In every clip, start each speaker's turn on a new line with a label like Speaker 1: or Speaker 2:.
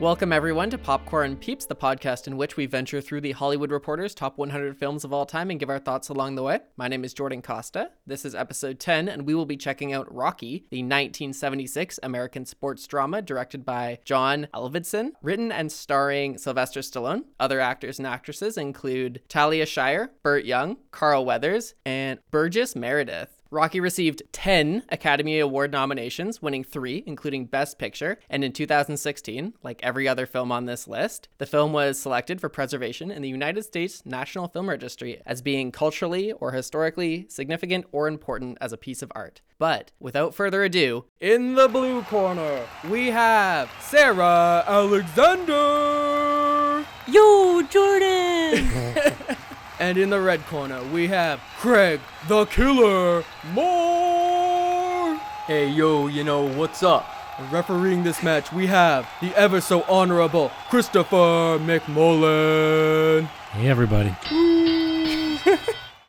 Speaker 1: Welcome, everyone, to Popcorn Peeps, the podcast in which we venture through the Hollywood Reporter's top 100 films of all time and give our thoughts along the way. My name is Jordan Costa. This is episode 10, and we will be checking out Rocky, the 1976 American sports drama directed by John Elvidson, written and starring Sylvester Stallone. Other actors and actresses include Talia Shire, Burt Young, Carl Weathers, and Burgess Meredith. Rocky received 10 Academy Award nominations, winning three, including Best Picture. And in 2016, like every other film on this list, the film was selected for preservation in the United States National Film Registry as being culturally or historically significant or important as a piece of art. But without further ado, in the blue corner, we have Sarah Alexander.
Speaker 2: Yo, Jordan!
Speaker 1: And in the red corner, we have Craig the Killer Moore.
Speaker 3: Hey yo, you know what's up?
Speaker 1: And refereeing this match, we have the ever so honorable Christopher McMullen.
Speaker 4: Hey everybody.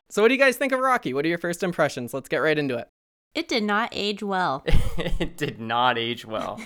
Speaker 1: So, what do you guys think of Rocky? What are your first impressions? Let's get right into it.
Speaker 2: it did not age well.
Speaker 3: it did not age well.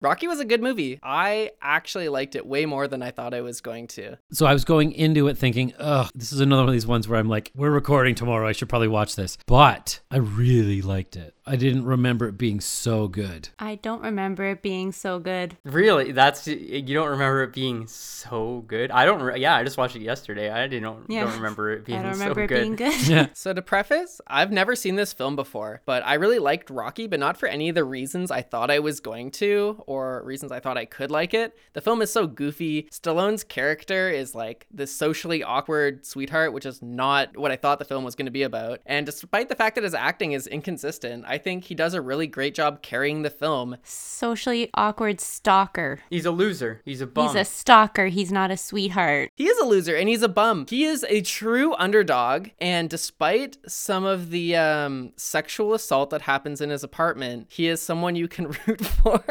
Speaker 1: Rocky was a good movie. I actually liked it way more than I thought I was going to.
Speaker 4: So I was going into it thinking, ugh, this is another one of these ones where I'm like, we're recording tomorrow. I should probably watch this. But I really liked it. I didn't remember it being so good.
Speaker 2: I don't remember it being so good.
Speaker 3: really, that's you don't remember it being so good. I don't. Re- yeah, I just watched it yesterday. I didn't
Speaker 2: Yeah.
Speaker 3: don't remember it being
Speaker 2: I don't remember
Speaker 3: so
Speaker 2: it
Speaker 3: good.
Speaker 2: being good.
Speaker 1: So to preface, I've never seen this film before, but I really liked Rocky, but not for any of the reasons I thought I was going to or reasons I thought I could like it. The film is so goofy. Stallone's character is like this socially awkward sweetheart, which is not what I thought the film was going to be about. And despite the fact that his acting is inconsistent, I think he does a really great job carrying the film.
Speaker 2: Socially awkward stalker.
Speaker 3: He's a loser. He's a bum.
Speaker 2: He's a stalker. He's not a sweetheart.
Speaker 1: He is a loser and he's a bum. He is a true underdog. And despite some of the um, sexual assault that happens in his apartment, he is someone you can root for.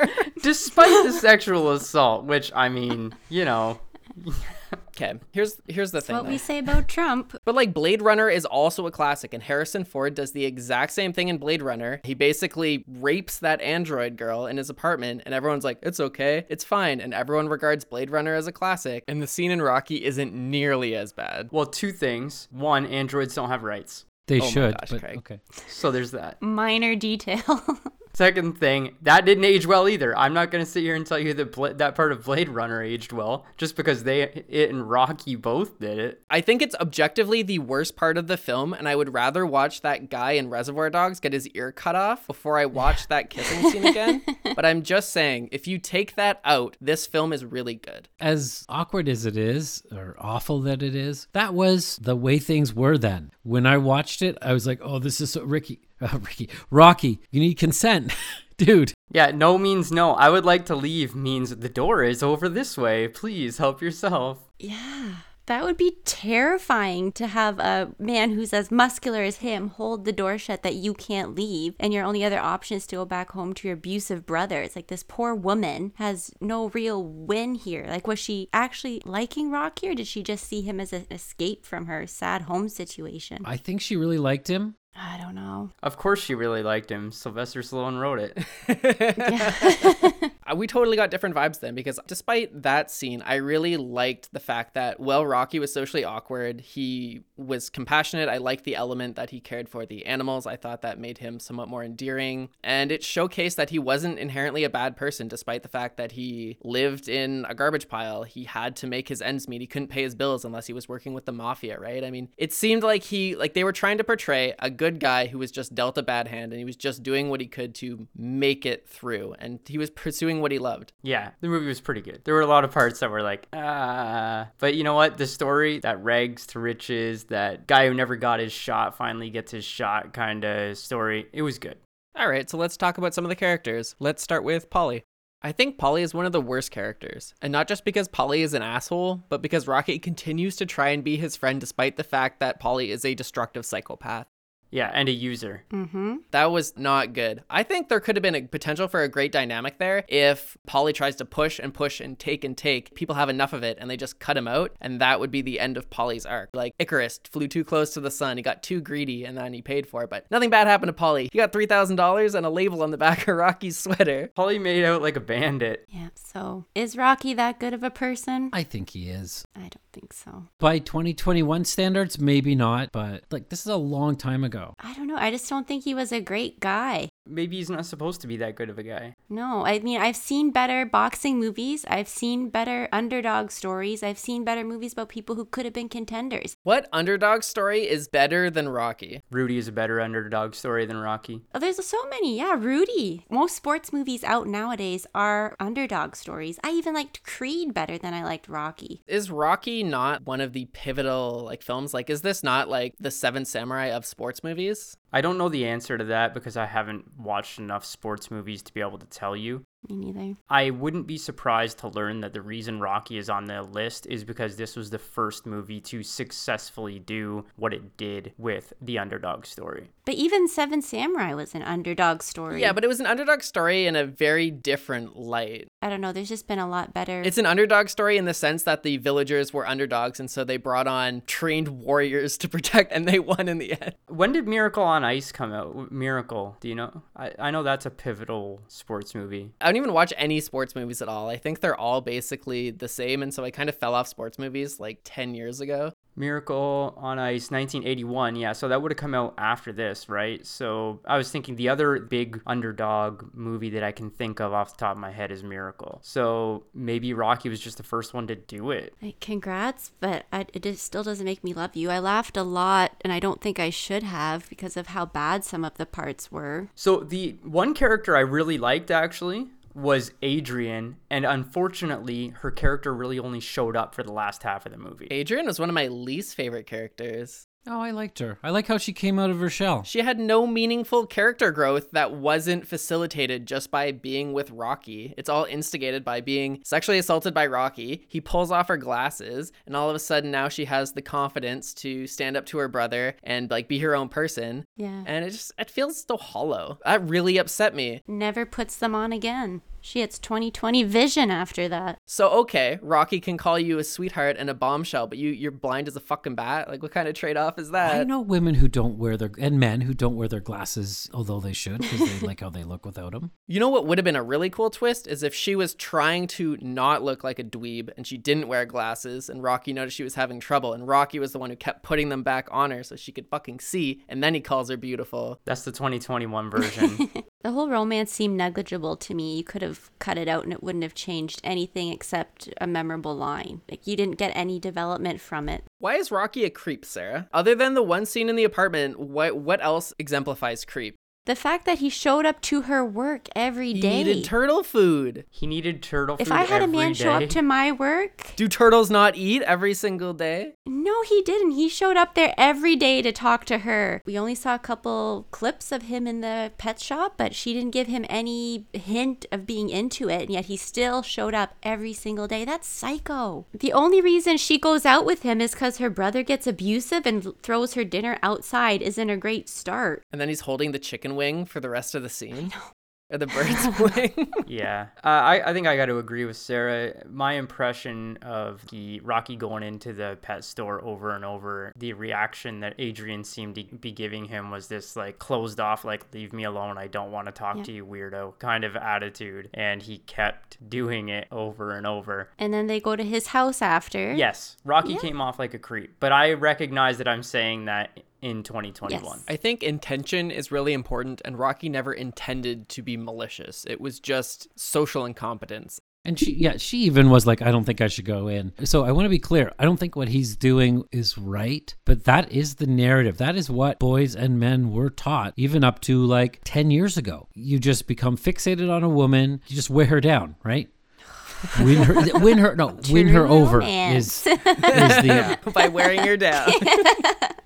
Speaker 3: Despite the sexual assault, which I mean, you know,
Speaker 1: okay, here's here's the thing.
Speaker 2: What
Speaker 1: though.
Speaker 2: we say about Trump.
Speaker 1: But like Blade Runner is also a classic, and Harrison Ford does the exact same thing in Blade Runner. He basically rapes that android girl in his apartment, and everyone's like, it's okay, it's fine. And everyone regards Blade Runner as a classic. And the scene in Rocky isn't nearly as bad.
Speaker 3: well, two things. One, androids don't have rights,
Speaker 4: They
Speaker 1: Oh my
Speaker 4: should.
Speaker 1: gosh,
Speaker 4: but,
Speaker 1: Craig.
Speaker 4: okay.
Speaker 3: so there's that.
Speaker 2: Minor detail.
Speaker 3: Second thing, that didn't age well either. I'm not gonna sit here and tell you that Bla- that part of Blade Runner aged well, just because they it and Rocky both did it.
Speaker 1: I think it's objectively the worst part of the film, and I would rather watch that guy in Reservoir Dogs get his ear cut off before I watch that kissing scene again. But I'm just saying, if you take that out, this film is really good.
Speaker 4: As awkward as it is, or awful that it is, that was the way things were then. When I watched it, I was like, oh, this is so Ricky, uh, Ricky, Rocky, you need consent. Dude,
Speaker 3: Yeah, no means no. I would like to leave means the door is over this way. Please help yourself.
Speaker 2: yeah. That would be terrifying to have a man who's as muscular as him hold the door shut that you can't leave, and your only other option is to go back home to your abusive brother. It's like this poor woman has no real win here. Like, was she actually liking Rocky, or did she just see him as an escape from her sad home situation?
Speaker 4: I think she really liked him.
Speaker 2: I don't know.
Speaker 3: Of course, she really liked him. Sylvester Stallone wrote it.
Speaker 1: Uh, We totally got different vibes then because despite that scene, I really liked the fact that while Rocky was socially awkward, he was compassionate. I liked the element that he cared for the animals. I thought that made him somewhat more endearing. And it showcased that he wasn't inherently a bad person, despite the fact that he lived in a garbage pile. He had to make his ends meet. He couldn't pay his bills unless he was working with the mafia, right? I mean, it seemed like he, like they were trying to portray a good guy who was just dealt a bad hand and he was just doing what he could to make it through. And he was pursuing what he loved.
Speaker 3: Yeah, the movie was pretty good. There were a lot of parts that were like, ah. But you know what? The story, that rags to riches, that guy who never got his shot finally gets his shot kind of story, it was good.
Speaker 1: All right, so let's talk about some of the characters. Let's start with Polly. I think Polly is one of the worst characters, and not just because Polly is an asshole, but because Rocky continues to try and be his friend despite the fact that Polly is a destructive psychopath.
Speaker 3: Yeah, and a user.
Speaker 2: Mm-hmm.
Speaker 1: That was not good. I think there could have been a potential for a great dynamic there if Polly tries to push and push and take and take. People have enough of it and they just cut him out, and that would be the end of Polly's arc. Like Icarus flew too close to the sun, he got too greedy, and then he paid for it. But nothing bad happened to Polly. He got three thousand dollars and a label on the back of Rocky's sweater.
Speaker 3: Polly made out like a bandit.
Speaker 2: Yeah. So is Rocky that good of a person?
Speaker 4: I think he is.
Speaker 2: I don't think so.
Speaker 4: By 2021 standards, maybe not, but like this is a long time ago.
Speaker 2: I don't know. I just don't think he was a great guy.
Speaker 3: Maybe he's not supposed to be that good of a guy.
Speaker 2: No, I mean, I've seen better boxing movies. I've seen better underdog stories. I've seen better movies about people who could have been contenders.
Speaker 1: What underdog story is better than Rocky?
Speaker 3: Rudy is a better underdog story than Rocky.
Speaker 2: Oh, there's so many. Yeah, Rudy. Most sports movies out nowadays are underdog stories. I even liked Creed better than I liked Rocky.
Speaker 1: Is Rocky not one of the pivotal like films? Like, is this not like the Seven Samurai of sports movies?
Speaker 3: I don't know the answer to that because I haven't watched enough sports movies to be able to tell you.
Speaker 2: Me neither.
Speaker 3: I wouldn't be surprised to learn that the reason Rocky is on the list is because this was the first movie to successfully do what it did with the underdog story.
Speaker 2: But even Seven Samurai was an underdog story.
Speaker 1: Yeah, but it was an underdog story in a very different light.
Speaker 2: I don't know. There's just been a lot better.
Speaker 1: It's an underdog story in the sense that the villagers were underdogs, and so they brought on trained warriors to protect, and they won in the end.
Speaker 3: When did Miracle on Ice come out? W- Miracle, do you know? I, I know that's a pivotal sports movie.
Speaker 1: I don't even watch any sports movies at all. I think they're all basically the same, and so I kind of fell off sports movies like 10 years ago.
Speaker 3: Miracle on Ice 1981. Yeah, so that would have come out after this, right? So I was thinking the other big underdog movie that I can think of off the top of my head is Miracle. So maybe Rocky was just the first one to do it.
Speaker 2: Like, congrats, but I, it just still doesn't make me love you. I laughed a lot, and I don't think I should have because of how bad some of the parts were.
Speaker 3: So the one character I really liked actually was Adrian, and unfortunately, her character really only showed up for the last half of the movie.
Speaker 1: Adrian was one of my least favorite characters.
Speaker 4: Oh, I liked her. I like how she came out of her shell.
Speaker 1: She had no meaningful character growth that wasn't facilitated just by being with Rocky. It's all instigated by being sexually assaulted by Rocky. He pulls off her glasses, and all of a sudden now she has the confidence to stand up to her brother and like be her own person.
Speaker 2: Yeah.
Speaker 1: And it just it feels so hollow. That really upset me.
Speaker 2: Never puts them on again. She hits 2020 vision after that.
Speaker 1: So okay, Rocky can call you a sweetheart and a bombshell, but you you're blind as a fucking bat. Like what kind of trade-off is that?
Speaker 4: I know women who don't wear their and men who don't wear their glasses, although they should, because they like how they look without them.
Speaker 1: You know what would have been a really cool twist is if she was trying to not look like a dweeb and she didn't wear glasses and Rocky noticed she was having trouble and Rocky was the one who kept putting them back on her so she could fucking see and then he calls her beautiful.
Speaker 3: That's the 2021 version.
Speaker 2: The whole romance seemed negligible to me. You could have cut it out and it wouldn't have changed anything except a memorable line. Like, you didn't get any development from it.
Speaker 1: Why is Rocky a creep, Sarah? Other than the one scene in the apartment, what what else exemplifies creep?
Speaker 2: The fact that he showed up to her work every
Speaker 1: He
Speaker 2: day.
Speaker 1: needed turtle food.
Speaker 3: he needed turtle food
Speaker 2: if I had a
Speaker 3: every
Speaker 2: man show
Speaker 3: day.
Speaker 2: up to my work,
Speaker 1: Do turtles not eat every single day?
Speaker 2: no, he didn't. He showed up there every day to talk to her. We only saw a couple clips of him in the pet shop, but she didn't give him any hint of being into it, and yet he still showed up every single day. That's psycho. The only reason she goes out with him is because her brother gets abusive and throws her dinner outside, isn't a great start.
Speaker 1: And then he's holding the chicken wing for the rest of the scene. Or the bird's wing.
Speaker 3: Yeah, uh, I, I think I got to agree with Sarah. My impression of the Rocky going into the pet store over and over, the reaction that Adrian seemed to be giving him was this like closed off, like leave me alone, I don't want to talk
Speaker 2: Yeah.
Speaker 3: to you, weirdo kind of attitude, and he kept doing it over and over.
Speaker 2: And then they go to his house after.
Speaker 3: Yes, Rocky
Speaker 2: Yeah.
Speaker 3: came off like a creep, but I recognize that I'm saying that in 2021.
Speaker 1: I think intention is really important, and Rocky never intended to be malicious. It was just social incompetence.
Speaker 4: And she, yeah, she even was like, I don't think I should go in. So I want to be clear. I don't think what he's doing is right, but that is the narrative. That is what boys and men were taught, even up to like 10 years ago. You just become fixated on a woman, you just wear her down, right? win her, win her, no, win her
Speaker 2: True
Speaker 4: over
Speaker 2: romance.
Speaker 4: is is the
Speaker 1: by wearing her down.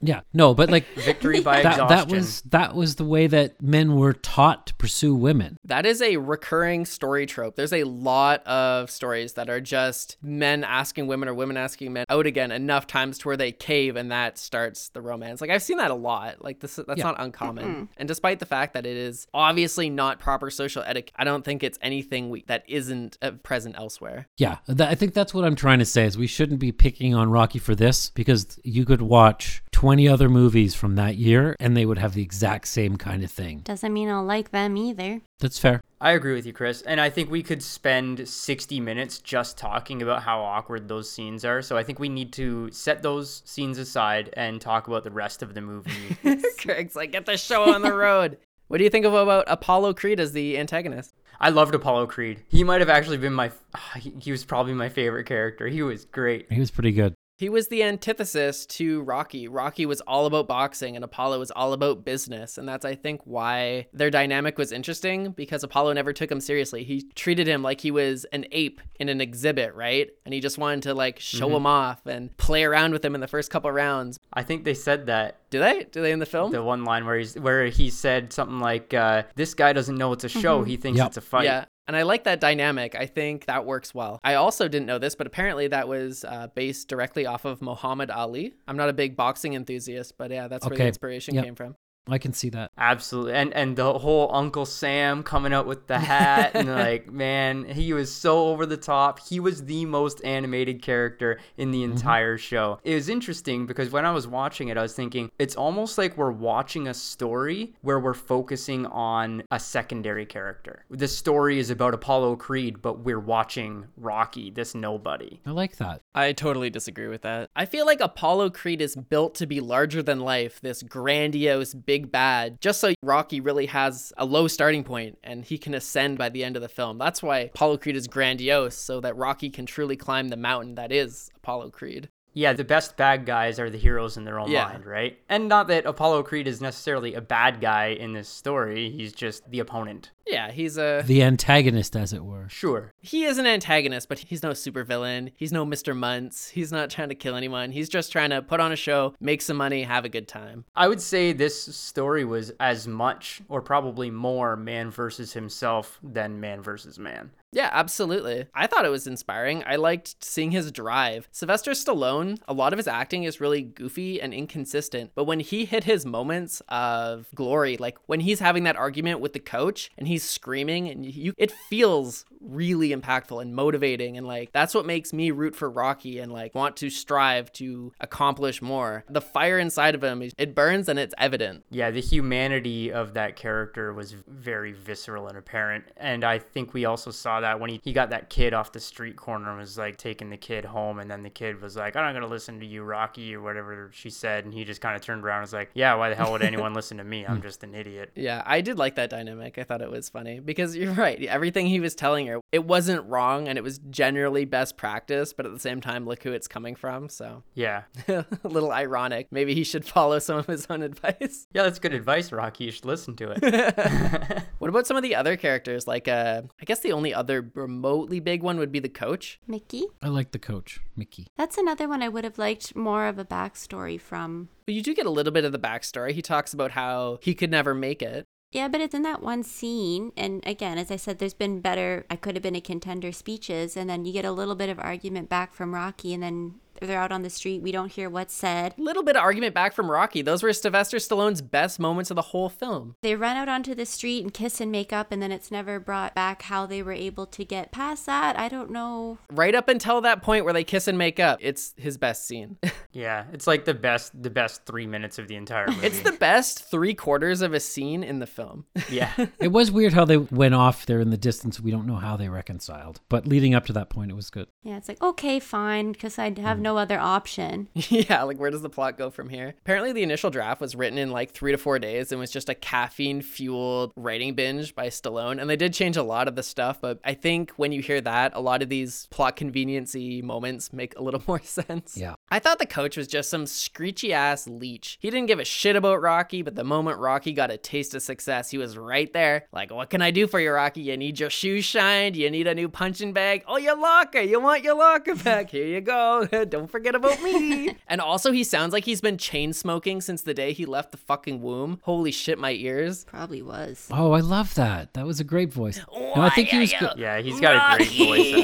Speaker 4: yeah no, but like
Speaker 3: Victory by
Speaker 4: that
Speaker 3: exhaustion.
Speaker 4: that was that was the way that men were taught to pursue women.
Speaker 1: That is a recurring story trope. There's a lot of stories that are just men asking women or women asking men out again enough times to where they cave and that starts the romance. Like I've seen that a lot. Like this that's not uncommon. And despite the fact that it is obviously not proper social etiquette, I don't think it's anything we, that isn't uh, present elsewhere.
Speaker 4: Yeah, tha- I think that's what I'm trying to say is we shouldn't be picking on Rocky for this because you could watch 20 other movies from that year and they would have the exact same kind of thing.
Speaker 2: Doesn't mean I'll like them either.
Speaker 4: That's fair.
Speaker 3: I agree with you, Chris. And I think we could spend 60 minutes just talking about how awkward those scenes are. So I think we need to set those scenes aside and talk about the rest of the movie.
Speaker 1: Craig's like, get the show on the road. What do you think of about Apollo Creed as the antagonist?
Speaker 3: I loved Apollo Creed. He might have actually been my, ah, he he was probably my favorite character. He was great.
Speaker 4: He was pretty good.
Speaker 1: He was the antithesis to Rocky. Rocky was all about boxing and Apollo was all about business. And that's, I think, why their dynamic was interesting because Apollo never took him seriously. He treated him like he was an ape in an exhibit, right? And he just wanted to like show him off and play around with him in the first couple rounds.
Speaker 3: I think they said that
Speaker 1: Do they? Do they in the film?
Speaker 3: the one line where he's where he said something like, uh, "This guy doesn't know it's a show. He thinks
Speaker 4: Yep.
Speaker 3: it's a fight."
Speaker 1: Yeah. And I like that dynamic. I think that works well. I also didn't know this, but apparently that was uh, based directly off of Muhammad Ali. I'm not a big boxing enthusiast, but yeah, that's where the
Speaker 4: Okay.
Speaker 1: inspiration
Speaker 4: Yep.
Speaker 1: came from.
Speaker 4: I can see that.
Speaker 3: Absolutely, and and the whole Uncle Sam coming out with the hat and like, man, he was so over the top. He was the most animated character in the entire show. It was interesting because when I was watching it, I was thinking it's almost like we're watching a story where we're focusing on a secondary character. The story is about Apollo Creed, but we're watching Rocky, this nobody.
Speaker 4: I like that.
Speaker 1: I totally disagree with that. I feel like Apollo Creed is built to be larger than life, this grandiose big bad, just so Rocky really has a low starting point and he can ascend by the end of the film. That's why Apollo Creed is grandiose, so that Rocky can truly climb the mountain that is Apollo Creed.
Speaker 3: Yeah, the best bad guys are the heroes in their own
Speaker 1: Yeah.
Speaker 3: mind, right? And not that Apollo Creed is necessarily a bad guy in this story. He's just the opponent.
Speaker 1: Yeah, he's a
Speaker 4: The antagonist, as it were.
Speaker 3: Sure.
Speaker 1: he is an antagonist, but he's no supervillain. He's no Mr. Muntz. He's not trying to kill anyone. He's just trying to put on a show, make some money, have a good time.
Speaker 3: I would say this story was as much or probably more man versus himself than man versus man.
Speaker 1: Yeah, absolutely. I thought it was inspiring. I liked seeing his drive. Sylvester Stallone, a lot of his acting is really goofy and inconsistent, but when he hit his moments of glory, like when he's having that argument with the coach and he's screaming and you it feels really impactful and motivating and like that's what makes me root for Rocky and like want to strive to accomplish more. The fire inside of him, it burns and it's evident.
Speaker 3: Yeah, the humanity of that character was very visceral and apparent. And I think we also saw that when he, he got that kid off the street corner and was like taking the kid home. And then the kid was like, I'm not going to listen to you, Rocky, or whatever she said. And he just kind of turned around and was like, Yeah, why the hell would anyone listen to me? I'm just an idiot.
Speaker 1: Yeah, I did like that dynamic. I thought it was funny because you're right. Everything he was telling her, it wasn't wrong and it was generally best practice, but at the same time, look who it's coming from. So
Speaker 3: Yeah.
Speaker 1: a little ironic. Maybe he should follow some of his own advice.
Speaker 3: Yeah, that's good advice, Rocky. You should listen to it.
Speaker 1: What about some of the other characters? Like, uh, I guess the only other remotely big one would be the coach.
Speaker 2: Mickey?
Speaker 4: I like the coach, Mickey.
Speaker 2: That's another one I would have liked more of a backstory from.
Speaker 1: But you do get a little bit of the backstory. He talks about how he could never make it.
Speaker 2: Yeah, but it's in that one scene. And again, as I said, there's been better, I could have been a contender speeches. And then you get a little bit of argument back from Rocky. And then they're out on the street. We don't hear what's said.
Speaker 1: Little bit of argument back from Rocky. Those were Sylvester Stallone's best moments of the whole film.
Speaker 2: They run out onto the street and kiss and make up. And then it's never brought back how they were able to get past that. I don't know.
Speaker 1: Right up until that point where they kiss and make up, it's his best scene.
Speaker 3: yeah, it's like the best, the best three minutes of the entire movie.
Speaker 1: It's the best three quarters of a scene in the film.
Speaker 3: yeah.
Speaker 4: It was weird how they went off there in the distance. We don't know how they reconciled, but leading up to that point, it was good.
Speaker 2: Yeah, it's like, okay, fine, because I have no no other option.
Speaker 1: yeah, like where does the plot go from here? Apparently, the initial draft was written in like three to four days and was just a caffeine fueled writing binge by Stallone. And they did change a lot of the stuff, but I think when you hear that, a lot of these plot conveniency moments make a little more sense.
Speaker 4: Yeah.
Speaker 1: I thought the coach was just some screechy ass leech. He didn't give a shit about Rocky, but the moment Rocky got a taste of success, he was right there. Like, what can I do for you, Rocky? You need your shoes shined. You need a new punching bag. Oh, your locker. You want your locker back. Here you go. Don't forget about me. and also, he sounds like he's been chain smoking since the day he left the fucking womb. Holy shit, my ears.
Speaker 2: Probably was.
Speaker 4: Oh, I love that. That was a great voice. No, I think he was. Good.
Speaker 3: Yeah, he's got a great voice,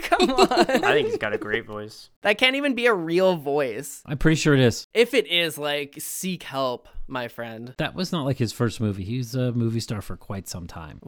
Speaker 1: Come on.
Speaker 3: I think he's got a great voice.
Speaker 1: that can't even be a real voice.
Speaker 4: I'm pretty sure it is.
Speaker 1: If it is, like, seek help, my friend.
Speaker 4: That was not like his first movie. He's a movie star for quite some time.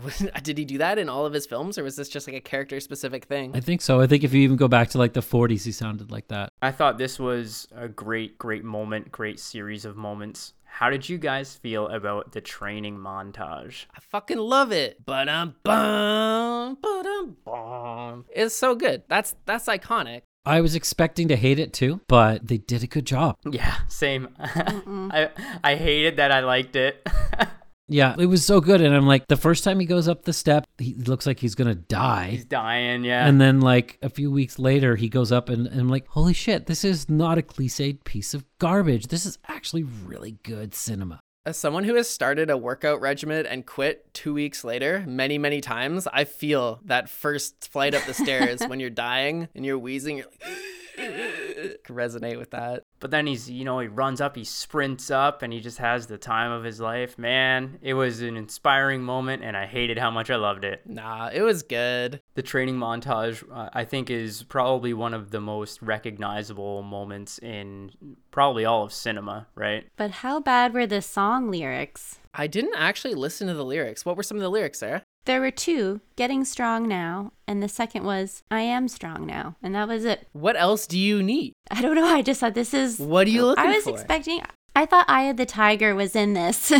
Speaker 1: Did he do that in all of his films, or was this just like a character specific thing?
Speaker 4: I think so. I think if you even go back to like the 40s, he sounded like that.
Speaker 3: I thought this was a great, great moment, great series of moments. How did you guys feel about the training montage?
Speaker 1: I fucking love it. But um bum, but um bum. It's so good. That's that's iconic.
Speaker 4: I was expecting to hate it too, but they did a good job.
Speaker 3: Yeah, same. I I hated that I liked it.
Speaker 4: Yeah, it was so good. And I'm like, the first time he goes up the step, he looks like he's going to die.
Speaker 3: He's dying, yeah.
Speaker 4: And then, like, a few weeks later, he goes up and, and I'm like, holy shit, this is not a cliched piece of garbage. This is actually really good cinema.
Speaker 1: As someone who has started a workout regimen and quit two weeks later many, many times, I feel that first flight up the stairs when you're dying and you're wheezing, you're like Could resonate with that.
Speaker 3: but then he's, you know, he runs up, he sprints up, and he just has the time of his life. Man, it was an inspiring moment, and I hated how much I loved it.
Speaker 1: Nah, it was good.
Speaker 3: The training montage, uh, I think, is probably one of the most recognizable moments in probably all of cinema, right?
Speaker 2: But how bad were the song lyrics?
Speaker 1: I didn't actually listen to the lyrics. What were some of the lyrics, Sarah?
Speaker 2: There were two Getting Strong Now, and the second was I Am Strong Now. And that was it.
Speaker 1: What else do you need?
Speaker 2: I don't know. I just thought this is.
Speaker 1: What are you looking
Speaker 2: I was
Speaker 1: for?
Speaker 2: expecting. I thought Eye of the Tiger was in this.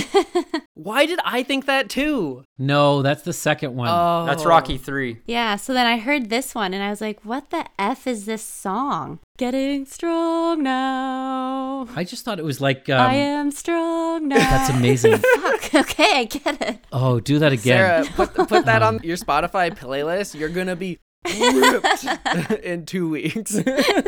Speaker 1: Why did I think that too?
Speaker 4: No, that's the second one.
Speaker 1: Oh,
Speaker 3: That's Rocky 3.
Speaker 2: yeah, so then I heard this one and I was like, what the F is this song? Getting strong now.
Speaker 1: Um,
Speaker 4: I just thought it was like,
Speaker 2: I uh,
Speaker 4: um,
Speaker 2: am strong now.
Speaker 4: that's amazing.
Speaker 2: Fuck. Okay, I get it.
Speaker 4: oh, do that again.
Speaker 1: Sarah, put, put that on your Spotify playlist. You're gonna be ripped in two weeks.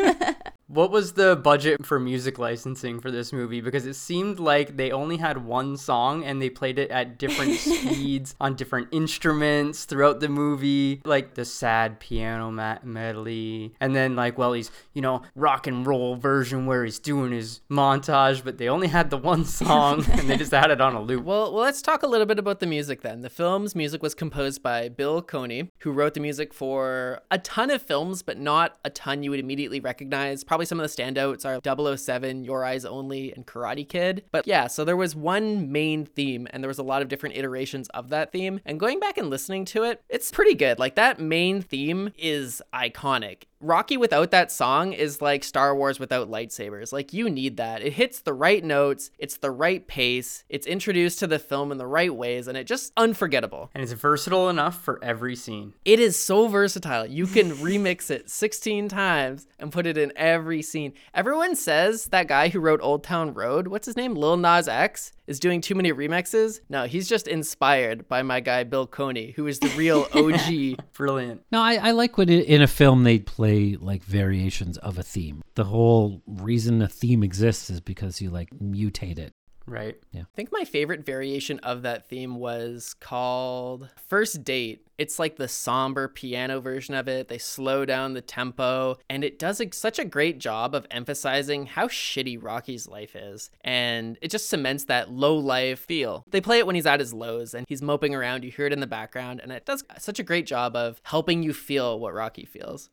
Speaker 3: What was the budget for music licensing for this movie? Because it seemed like they only had one song and they played it at different speeds on different instruments throughout the movie, like the sad piano ma- medley, and then like well he's you know rock and roll version where he's doing his montage, but they only had the one song and they just had it on a loop.
Speaker 1: well, well, let's talk a little bit about the music then. The film's music was composed by Bill Coney, who wrote the music for a ton of films, but not a ton you would immediately recognize. Probably some of the standouts are 007, Your Eyes Only, and Karate Kid. But yeah, so there was one main theme, and there was a lot of different iterations of that theme. And going back and listening to it, it's pretty good. Like that main theme is iconic. Rocky without that song is like Star Wars without lightsabers. Like you need that. It hits the right notes, it's the right pace, it's introduced to the film in the right ways and it just unforgettable.
Speaker 3: And it's versatile enough for every scene.
Speaker 1: It is so versatile. You can remix it 16 times and put it in every scene. Everyone says that guy who wrote Old Town Road, what's his name? Lil Nas X is doing too many remixes. No, he's just inspired by my guy Bill Coney, who is the real OG
Speaker 3: Brilliant.
Speaker 4: No, I, I like when i in a film they play like variations of a theme. The whole reason a theme exists is because you like mutate it.
Speaker 3: Right.
Speaker 1: I think my favorite variation of that theme was called First Date. It's like the somber piano version of it. They slow down the tempo, and it does a, such a great job of emphasizing how shitty Rocky's life is. And it just cements that low life feel. They play it when he's at his lows and he's moping around. You hear it in the background, and it does such a great job of helping you feel what Rocky feels.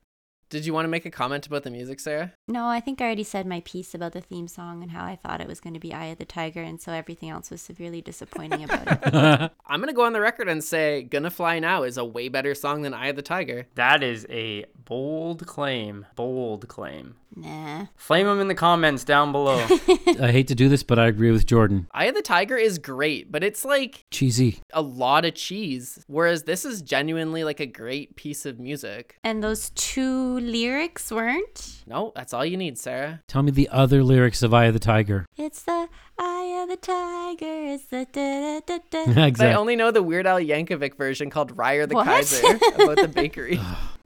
Speaker 1: Did you want to make a comment about the music, Sarah?
Speaker 2: No, I think I already said my piece about the theme song and how I thought it was going to be Eye of the Tiger, and so everything else was severely disappointing about it.
Speaker 1: I'm going to go on the record and say Gonna Fly Now is a way better song than Eye of the Tiger.
Speaker 3: That is a bold claim. Bold claim.
Speaker 2: Nah.
Speaker 3: Flame them in the comments down below.
Speaker 4: I hate to do this, but I agree with Jordan.
Speaker 1: Eye of the Tiger is great, but it's like
Speaker 4: Cheesy.
Speaker 1: a lot of cheese. Whereas this is genuinely like a great piece of music.
Speaker 2: And those two lyrics weren't?
Speaker 1: No, that's all you need, Sarah.
Speaker 4: Tell me the other lyrics of Eye of the Tiger.
Speaker 2: It's the eye of the tiger. It's the da da da da.
Speaker 1: But I
Speaker 4: exactly.
Speaker 1: only know the Weird Al Yankovic version called Ryer the
Speaker 2: What?
Speaker 1: Kaiser about the bakery.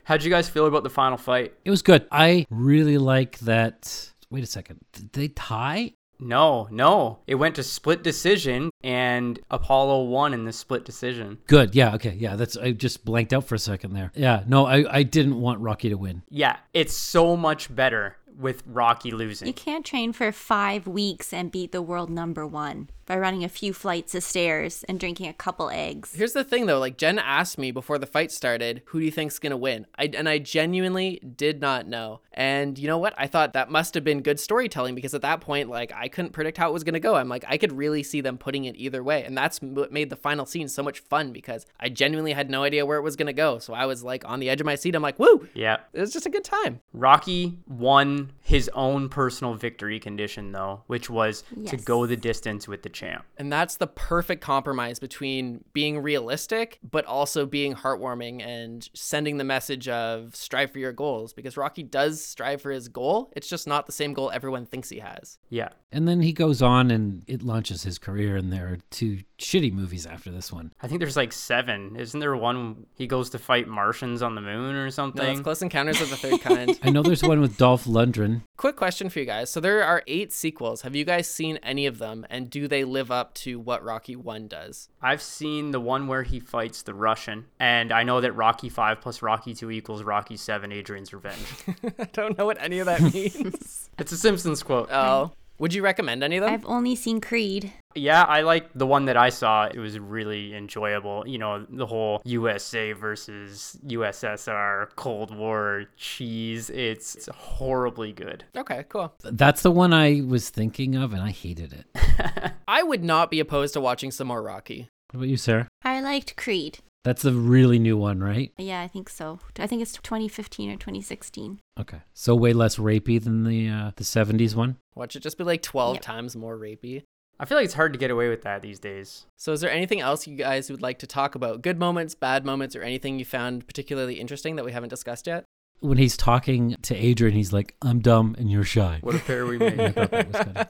Speaker 3: How'd you guys feel about the final fight?
Speaker 4: It was good. I really like that. Wait a second. Did they tie?
Speaker 3: No, no. It went to split decision, and Apollo won in the split decision.
Speaker 4: Good. Yeah. Okay. Yeah. That's. I just blanked out for a second there. Yeah. No. I. I didn't want Rocky to win.
Speaker 3: Yeah, it's so much better with Rocky
Speaker 2: You
Speaker 3: losing.
Speaker 2: can't train for five weeks and beat the world number one by running a few flights of stairs and drinking a couple eggs.
Speaker 1: Here's the thing though, like Jen asked me before the fight started, who do you think's gonna win? I, and I genuinely did not know. And you know what? I thought that must have been good storytelling because at that point, like I couldn't predict how it was gonna go. I'm like, I could really see them putting it either way, and that's m- what made the final scene so much fun because I genuinely had no idea where it was gonna go. So I was like on the edge of my seat. I'm like, woo!
Speaker 3: Yeah.
Speaker 1: It was just a good time.
Speaker 3: Rocky won his own personal victory condition, though, which was to
Speaker 2: Yes.
Speaker 3: go the distance with the champ.
Speaker 1: And that's the perfect compromise between being realistic, but also being heartwarming and sending the message of strive for your goals because Rocky does strive for his goal. It's just not the same goal everyone thinks he has.
Speaker 3: Yeah.
Speaker 4: And then he goes on and it launches his career. And there are two shitty movies after this one.
Speaker 3: I think there's like seven. Isn't there one he goes to fight Martians on the moon or
Speaker 1: No,
Speaker 3: something?
Speaker 1: that's Close Encounters of the Third Kind.
Speaker 4: I know there's one with Dolph Lundgren.
Speaker 1: Quick question for you guys. So there are eight sequels. Have you guys seen any of them? And do they live up to what Rocky 1 does?
Speaker 3: I've seen the one where he fights the Russian, and I know that Rocky 5 plus Rocky 2 equals Rocky 7 Adrian's Revenge.
Speaker 1: I don't know what any of that means.
Speaker 3: it's a Simpsons quote.
Speaker 1: oh. Would you recommend any of them?
Speaker 2: I've only seen Creed.
Speaker 3: Yeah, I like the one that I saw. It was really enjoyable. You know, the whole USA versus USSR Cold War cheese. It's, it's horribly good.
Speaker 1: Okay, cool.
Speaker 4: That's the one I was thinking of, and I hated it.
Speaker 1: I would not be opposed to watching some more Rocky.
Speaker 4: What about you, Sarah?
Speaker 2: I liked Creed.
Speaker 4: That's the really new one, right?
Speaker 2: Yeah, I think so. I think it's 2015 or 2016.
Speaker 4: Okay. So way less rapey than the uh, the '70s one.
Speaker 1: Watch it just be like 12
Speaker 2: Yep.
Speaker 1: times more rapey.
Speaker 3: I feel like it's hard to get away with that these days.
Speaker 1: So, is there anything else you guys would like to talk about? Good moments, bad moments, or anything you found particularly interesting that we haven't discussed yet?
Speaker 4: When he's talking to Adrian, he's like, "I'm dumb and you're shy."
Speaker 3: What a pair we
Speaker 4: I
Speaker 3: made.
Speaker 4: thought that was kind of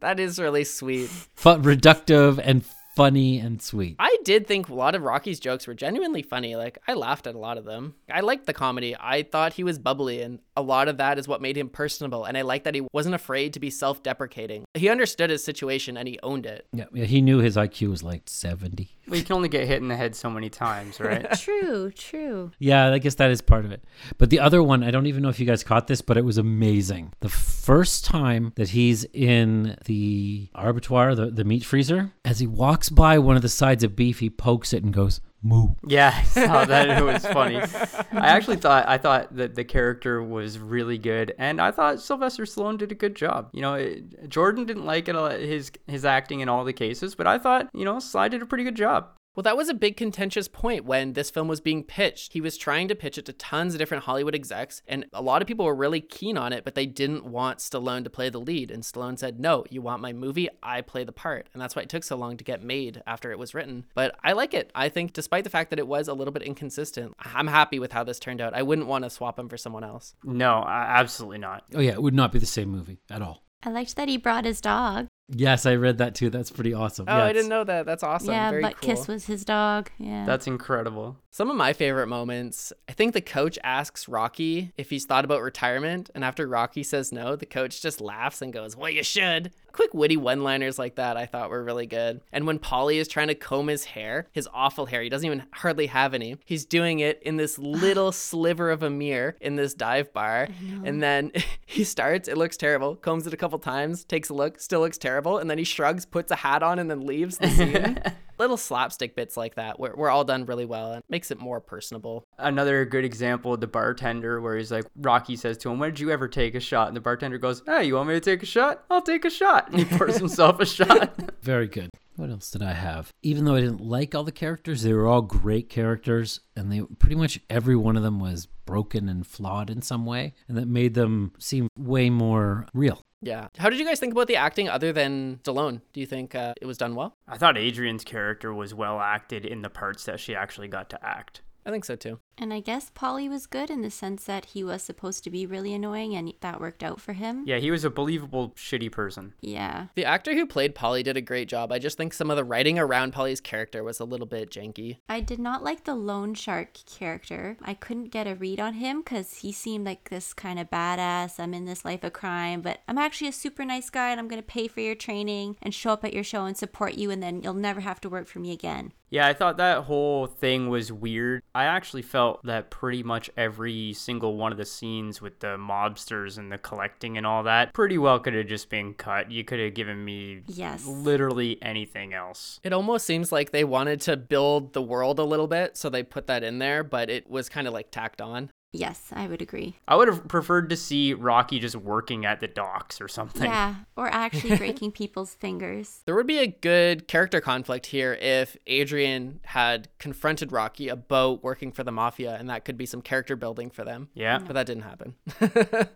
Speaker 1: That is really sweet.
Speaker 4: fun, reductive and funny and sweet.
Speaker 1: I did think a lot of Rocky's jokes were genuinely funny. Like, I laughed at a lot of them. I liked the comedy. I thought he was bubbly, and a lot of that is what made him personable. And I liked that he wasn't afraid to be self deprecating. He understood his situation and he owned it.
Speaker 4: Yeah, yeah, he knew his IQ was like 70.
Speaker 3: well, you can only get hit in the head so many times, right?
Speaker 2: True, true.
Speaker 4: Yeah, I guess that is part of it. But the other one, I don't even know if you guys caught this, but it was amazing. The first time that he's in the arbitoire, the, the meat freezer, as he walks by one of the sides of beef, he pokes it and goes, moo.
Speaker 3: Yeah, I saw that. It was funny. I actually thought I thought that the character was really good, and I thought Sylvester Stallone did a good job. You know, it, Jordan didn't like it, a lot- his his acting in all the cases, but I thought you know Sly did a pretty good job.
Speaker 1: Well, that was a big contentious point when this film was being pitched. He was trying to pitch it to tons of different Hollywood execs, and a lot of people were really keen on it, but they didn't want Stallone to play the lead. And Stallone said, No, you want my movie? I play the part. And that's why it took so long to get made after it was written. But I like it. I think, despite the fact that it was a little bit inconsistent, I'm happy with how this turned out. I wouldn't want to swap him for someone else.
Speaker 3: No, I, absolutely not.
Speaker 4: Oh, yeah, it would not be the same movie at all.
Speaker 2: I liked that he brought his dog.
Speaker 4: Yes, I read that too. That's pretty awesome.
Speaker 1: Oh,
Speaker 4: yeah,
Speaker 1: I
Speaker 4: it's-
Speaker 1: didn't know that. That's awesome.
Speaker 2: yeah,
Speaker 1: Very
Speaker 2: but
Speaker 1: cool.
Speaker 2: Kiss was his dog. Yeah.
Speaker 3: That's incredible.
Speaker 1: Some of my favorite moments, I think the coach asks Rocky if he's thought about retirement, and after Rocky says no, the coach just laughs and goes, Well, you should. Quick, witty one liners like that I thought were really good. And when Polly is trying to comb his hair, his awful hair, he doesn't even hardly have any, he's doing it in this little sliver of a mirror in this dive bar. And then he starts, it looks terrible, combs it a couple times, takes a look, still looks terrible, and then he shrugs, puts a hat on, and then leaves the scene. little slapstick bits like that were, were all done really well and makes it more personable.
Speaker 3: Another good example, the bartender, where he's like, Rocky says to him, "When did you ever take a shot?" And "Ah, the bartender goes, "Hey, you want me to take a shot? I'll take a shot." And he pours himself a shot.
Speaker 4: Very good. What else did I have? Even though I didn't like all the characters, they were all great characters, and they pretty much every one of them was broken and flawed in some way, and that made them seem way more real.
Speaker 1: Yeah. How did you guys think about the acting other than Stallone? Do you think uh, it was done well?
Speaker 3: I thought Adrian's character was well acted in the parts that she actually got to act.
Speaker 1: I think so too.
Speaker 2: And I guess Polly was good in the sense that he was supposed to be really annoying and that worked out for him.
Speaker 3: Yeah, he was a believable shitty person.
Speaker 2: Yeah.
Speaker 1: The actor who played Polly did a great job. I just think some of the writing around Polly's character was a little bit janky.
Speaker 2: I did not like the loan shark character. I couldn't get a read on him because he seemed like this kind of badass. I'm in this life of crime, but I'm actually a super nice guy and I'm going to pay for your training and show up at your show and support you, and then you'll never have to work for me again.
Speaker 3: Yeah, I thought that whole thing was weird. I actually felt that pretty much every single one of the scenes with the mobsters and the collecting and all that pretty well could have just been cut. You could have given me
Speaker 2: Yes.
Speaker 3: literally anything else.
Speaker 1: It almost seems like they wanted to build the world a little bit, so they put that in there, but it was kind of like tacked on.
Speaker 2: Yes, I would agree.
Speaker 3: I would have preferred to see Rocky just working at the docks or something.
Speaker 2: Yeah, or actually breaking people's fingers.
Speaker 1: There would be a good character conflict here if Adrian had confronted Rocky about working for the mafia, and that could be some character building for them.
Speaker 3: Yeah.
Speaker 1: But that didn't happen,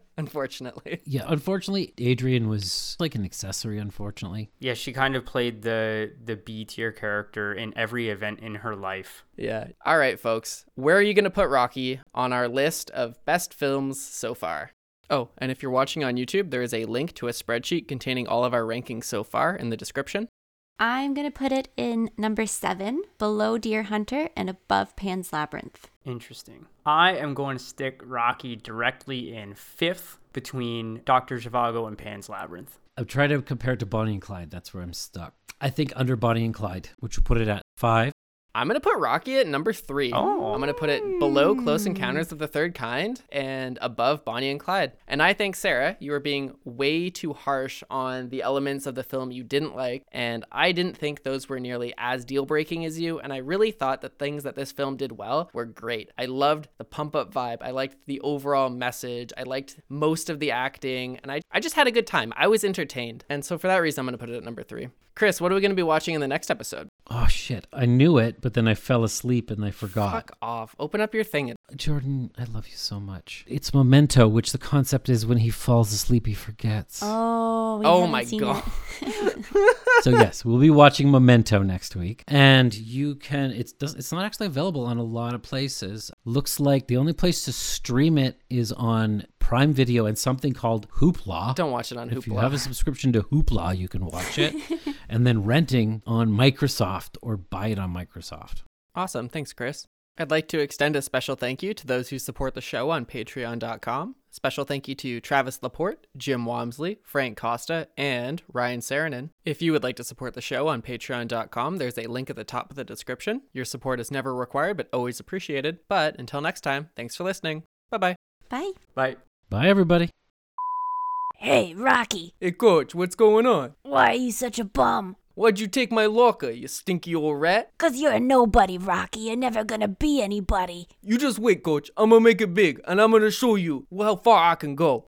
Speaker 1: unfortunately.
Speaker 4: Yeah, unfortunately, Adrian was like an accessory, unfortunately.
Speaker 3: Yeah, she kind of played the the B tier character in every event in her life.
Speaker 1: Yeah. All right, folks. Where are you going to put Rocky on our list of best films so far? Oh, and if you're watching on YouTube, there is a link to a spreadsheet containing all of our rankings so far in the description.
Speaker 2: I'm going to put it in number seven, below Deer Hunter and above Pan's Labyrinth.
Speaker 3: Interesting. I am going to stick Rocky directly in fifth between Doctor Zhivago and Pan's Labyrinth.
Speaker 4: I'm trying to compare it to Bonnie and Clyde. That's where I'm stuck. I think under Bonnie and Clyde, which would put it at five.
Speaker 1: I'm going to put Rocky at number three.
Speaker 3: Oh.
Speaker 1: I'm going to put it below Close Encounters of the Third Kind and above Bonnie and Clyde. And I think, Sarah, you were being way too harsh on the elements of the film you didn't like. And I didn't think those were nearly as deal breaking as you. And I really thought the things that this film did well were great. I loved the pump up vibe. I liked the overall message. I liked most of the acting. And I, I just had a good time. I was entertained. And so for that reason, I'm going to put it at number three. Chris, what are we going to be watching in the next episode?
Speaker 4: Oh, shit. I knew it, but then I fell asleep and I forgot.
Speaker 1: Fuck off. Open up your thing.
Speaker 4: Jordan, I love you so much. It's Memento, which the concept is when he falls asleep, he forgets.
Speaker 2: Oh, we
Speaker 1: Oh
Speaker 2: haven't
Speaker 1: my
Speaker 2: seen
Speaker 1: God.
Speaker 2: it.
Speaker 4: so yes, we'll be watching Memento next week, and you can. It's does- it's not actually available on a lot of places. Looks like the only place to stream it is on Prime Video and something called Hoopla.
Speaker 1: Don't watch it on
Speaker 4: if you
Speaker 1: Hoopla.
Speaker 4: have a subscription to Hoopla, you can watch it, and then renting on Microsoft or buy it on Microsoft.
Speaker 1: Awesome. Thanks, Chris. I'd like to extend a special thank you to those who support the show on patreon.com. Special thank you to Travis Laporte, Jim Wamsley, Frank Costa, and Ryan Saarinen. If you would like to support the show on patreon.com, there's a link at the top of the description. Your support is never required, but always appreciated. But until next time, thanks for listening. Bye bye.
Speaker 2: Bye.
Speaker 3: But
Speaker 4: Bye, everybody.
Speaker 5: Hey, Rocky,
Speaker 1: Hey, coach, what's going on?
Speaker 5: why are you such a bum?
Speaker 1: Why'd you take my locker, you stinky old rat?
Speaker 5: Cause you're a nobody, Rocky. You're never gonna be anybody.
Speaker 1: You just wait, coach. I'm gonna make it big, and I'm gonna show you how far I can go.